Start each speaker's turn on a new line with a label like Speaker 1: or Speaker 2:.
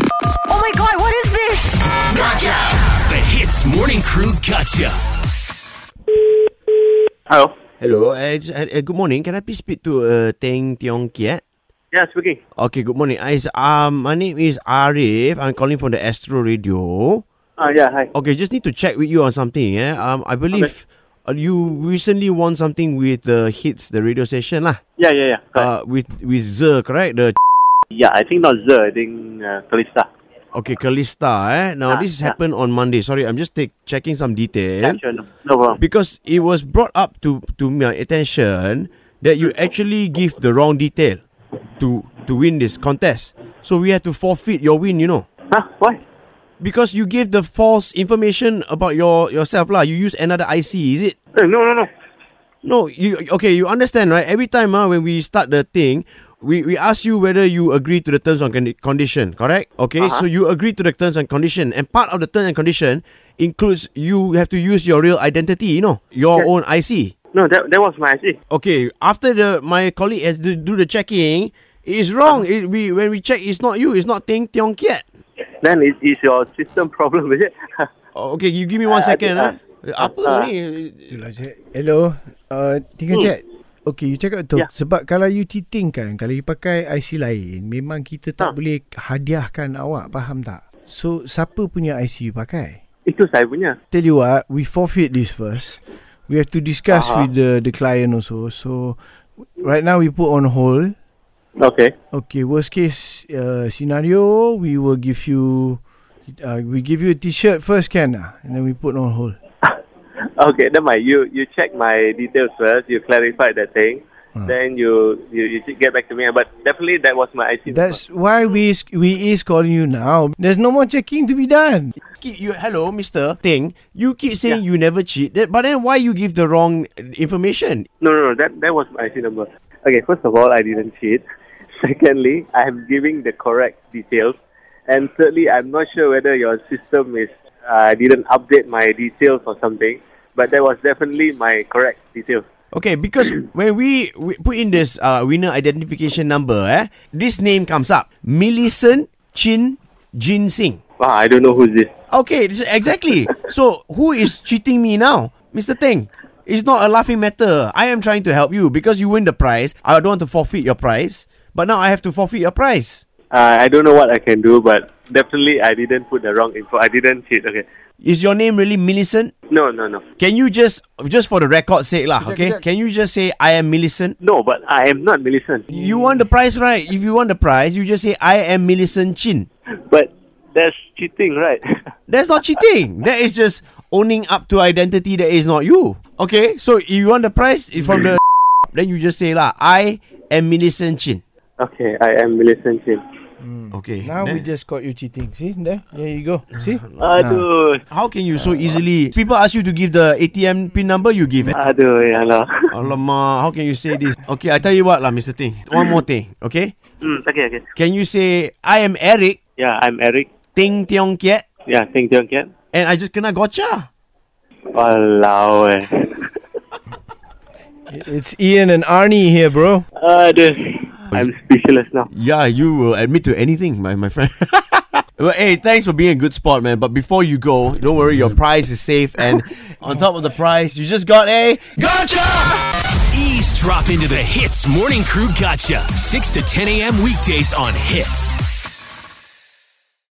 Speaker 1: Oh my god, what is this?
Speaker 2: The Hits Morning Crew Gotcha.
Speaker 3: Hello.
Speaker 4: Hello, uh, just- uh, uh, good morning. Can I please speak to uh, Teng Tiong Kiat?
Speaker 3: Yeah, speaking.
Speaker 4: Okay, good morning. I is, um, my name is Arif. I'm calling from the Astro Radio.
Speaker 3: Ah, yeah, hi.
Speaker 4: Okay, just need to check with you on something. Eh? Um, I believe uh, you recently won something with the hits, the radio station lah.
Speaker 3: Yeah, yeah, yeah. Correct.
Speaker 4: Uh, with with Zer, correct? The
Speaker 3: yeah, I think not Zer, I think uh, Kalista.
Speaker 4: okay, Kalista. Eh? Now
Speaker 3: Yeah,
Speaker 4: this
Speaker 3: yeah.
Speaker 4: happened on Monday. Sorry, I'm just take, checking some
Speaker 3: Yeah,
Speaker 4: detail
Speaker 3: sure, no, no problem.
Speaker 4: because it was brought up to to my attention that you actually give the wrong detail to to win this contest. So we had to forfeit your win. You know.
Speaker 3: Huh? Why?
Speaker 4: Because you gave the false information about your yourself lah. You used another IC, is it?
Speaker 3: Eh, no, no, no.
Speaker 4: No, you okay? You understand, right? Every time, ah, when we start the thing, we, we ask you whether you agree to the terms and condi- condition, correct? Okay, so you agree to the terms and condition, and part of the terms and condition includes you have to use your real identity, you know, your own IC.
Speaker 3: No, that, that was my IC.
Speaker 4: Okay, after the my colleague has to do the checking, it is wrong. It, we when we check, it's not you, it's not Ting Tiong Kiat.
Speaker 3: Then it is your system problem, is it?
Speaker 4: Oh, Okay, you give me one
Speaker 3: I
Speaker 4: second.
Speaker 3: think,
Speaker 4: ah. Apa
Speaker 3: ah.
Speaker 4: ni?
Speaker 5: Yelah, Jack. Hello. Uh, tinggal
Speaker 3: Hmm.
Speaker 5: hmm. chat. Okey, you cakap tu.
Speaker 3: Ya.
Speaker 5: Yeah. Sebab kalau you cheating kan, kalau you pakai IC lain, memang kita tak
Speaker 3: Ha.
Speaker 5: boleh hadiahkan awak, faham tak? So, siapa punya IC you pakai?
Speaker 3: Itu saya punya.
Speaker 5: Tell you what, we forfeit this first. We have to discuss
Speaker 3: Aha.
Speaker 5: uh-huh. with the the client also. So, right now we put on hold.
Speaker 3: Okay.
Speaker 5: Okay, worst case uh, scenario, we will give you uh, we give you a t-shirt first can lah and then we put on hold.
Speaker 3: Okay, never mind. You you check my details first. You clarify that thing. Then you, you you should get back to me. But definitely that was my IC. number.
Speaker 5: That's why we is, we is calling you now. There's no more checking to be done.
Speaker 4: Keep you hello, Mister Ting. You keep saying you never cheat, that, but then why you give the wrong uh, information?
Speaker 3: No, no, no. That that was my IC number. Okay, first of all, I didn't cheat. Secondly, I am giving the correct details, and thirdly, I'm not sure whether your system is uh, didn't update my details or something. But that was definitely my correct details.
Speaker 4: Okay, because when we, we put in this uh, winner identification number, eh, this name comes up: Millicent Chin Jin Singh.
Speaker 3: Wow, I don't know who's this.
Speaker 4: Okay, this, exactly. so who is cheating me now, Mister Ting? It's not a laughing matter. I am trying to help you because you win the prize. I don't want to forfeit your prize, but now I have to forfeit your prize.
Speaker 3: Uh, I don't know what I can do, but definitely I didn't put the wrong info. I didn't cheat. Okay.
Speaker 4: Is your name really Millicent?
Speaker 3: No, no, no,
Speaker 4: Can you just just for the record sake lah, okay? Can you just say I am Millicent?
Speaker 3: no. But I am not Millicent.
Speaker 4: You want the prize, right? If you want the prize, you just say I am Millicent Chin.
Speaker 3: But that's cheating, right?
Speaker 4: That's not cheating. That is just owning up to identity that is not you. Okay, so if you want the prize from the then you just say lah I am Millicent Chin.
Speaker 3: okay, I am Millicent. Chin.
Speaker 4: Okay.
Speaker 5: Now we
Speaker 4: then-
Speaker 5: just caught you cheating. See there? There you go. See?
Speaker 3: Aduh,
Speaker 4: how can you so easily? People ask you to give the ATM pin number, you give it.
Speaker 3: aduh, ya Allah.
Speaker 4: Alamak, how can you say this? Okay, I tell you what lah, Mister Ting. One more thing, okay?
Speaker 3: Mm, okay, okay.
Speaker 4: Can you say I am Eric
Speaker 3: Yeah, I'm Eric.
Speaker 4: Ting Tiong Kiat?
Speaker 3: Yeah, Ting Tiong Kiat.
Speaker 4: And I just kena gotcha.
Speaker 3: Walao eh.
Speaker 5: It's Ian and Arnie here, bro.
Speaker 3: Aduh. I'm speechless now.
Speaker 4: Yeah, you will admit to anything, my, my friend. well, hey, thanks for being a good sport, man. But before you go, don't worry, your prize is safe. And on top of the prize, you just got a
Speaker 2: Eavesdrop into the Hits Morning Crew Gotcha. 6 to 10 a.m. weekdays on Hits.